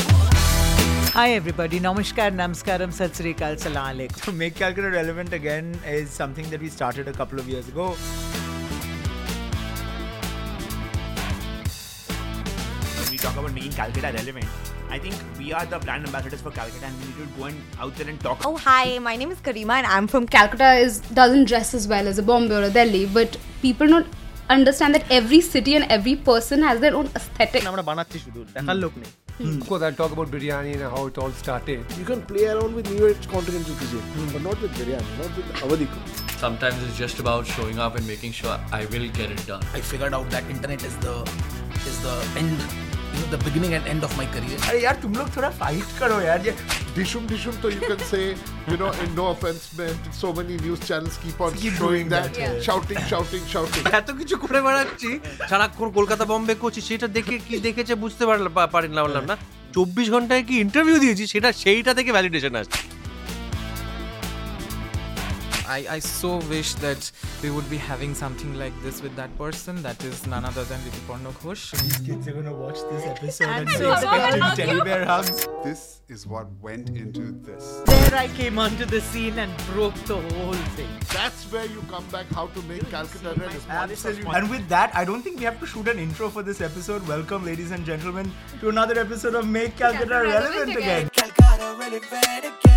Hi everybody, Namaskar, Namaskaram, Sat Sri Akal, Salaam Alaikum. To make Calcutta relevant again is something that we started a couple of years ago. when we talk about making Calcutta relevant, I think we are the brand ambassadors for Calcutta and we need to go and out there and talk. Oh, hi, my name is Karima and I'm from Calcutta is doesn't dress as well as a Bombay or a Delhi, but people not understand that every city and every person has their own aesthetic. আমরা বানাচ্ছি শুধু দেখার লোক নেই Of course, I'll talk about biryani and how it all started. You can play around with new age continental cuisine, but not with biryani, not with Awadhi cuisine. Sometimes it's just about showing up and making sure I will get it done. I figured out that internet is the is the end, you know, the beginning and end of my career. अरे यार तुम लोग थोड़ा fight करो यार ये Dishum Dishum, so you can say, you know, in no offense meant, so many news channels keep on Keep doing showing that, that, yeah. shouting, shouting, shouting. এত কিছু করে বেড়াচ্ছি সারাক্ষণ কলকাতা বম্বে করছি সেটা দেখে কি দেখেছে বুঝতে পারলাম পা- পারলাম না, হ্যাঁ। না চব্বিশ ঘন্টায় কি ইন্টারভিউ দিয়েছি সেটা সেইটা থেকে ভ্যালিডেশন আসছে I, I so wish that we would be having something like this with that person. That is none other than Rituparna Ghosh. these kids are gonna watch this episode I'm and so be expecting sorry. teddy bear hugs. This is what went into this. There I came onto the scene and broke the whole thing. That's where you come back, how to make Calcutta relevant. Absolutely. And with that, I don't think we have to shoot an intro for this episode. Welcome, ladies and gentlemen, to another episode of Make Calcutta Calcutta Relevant Relevant Again. Again. Calcutta Relevant Again.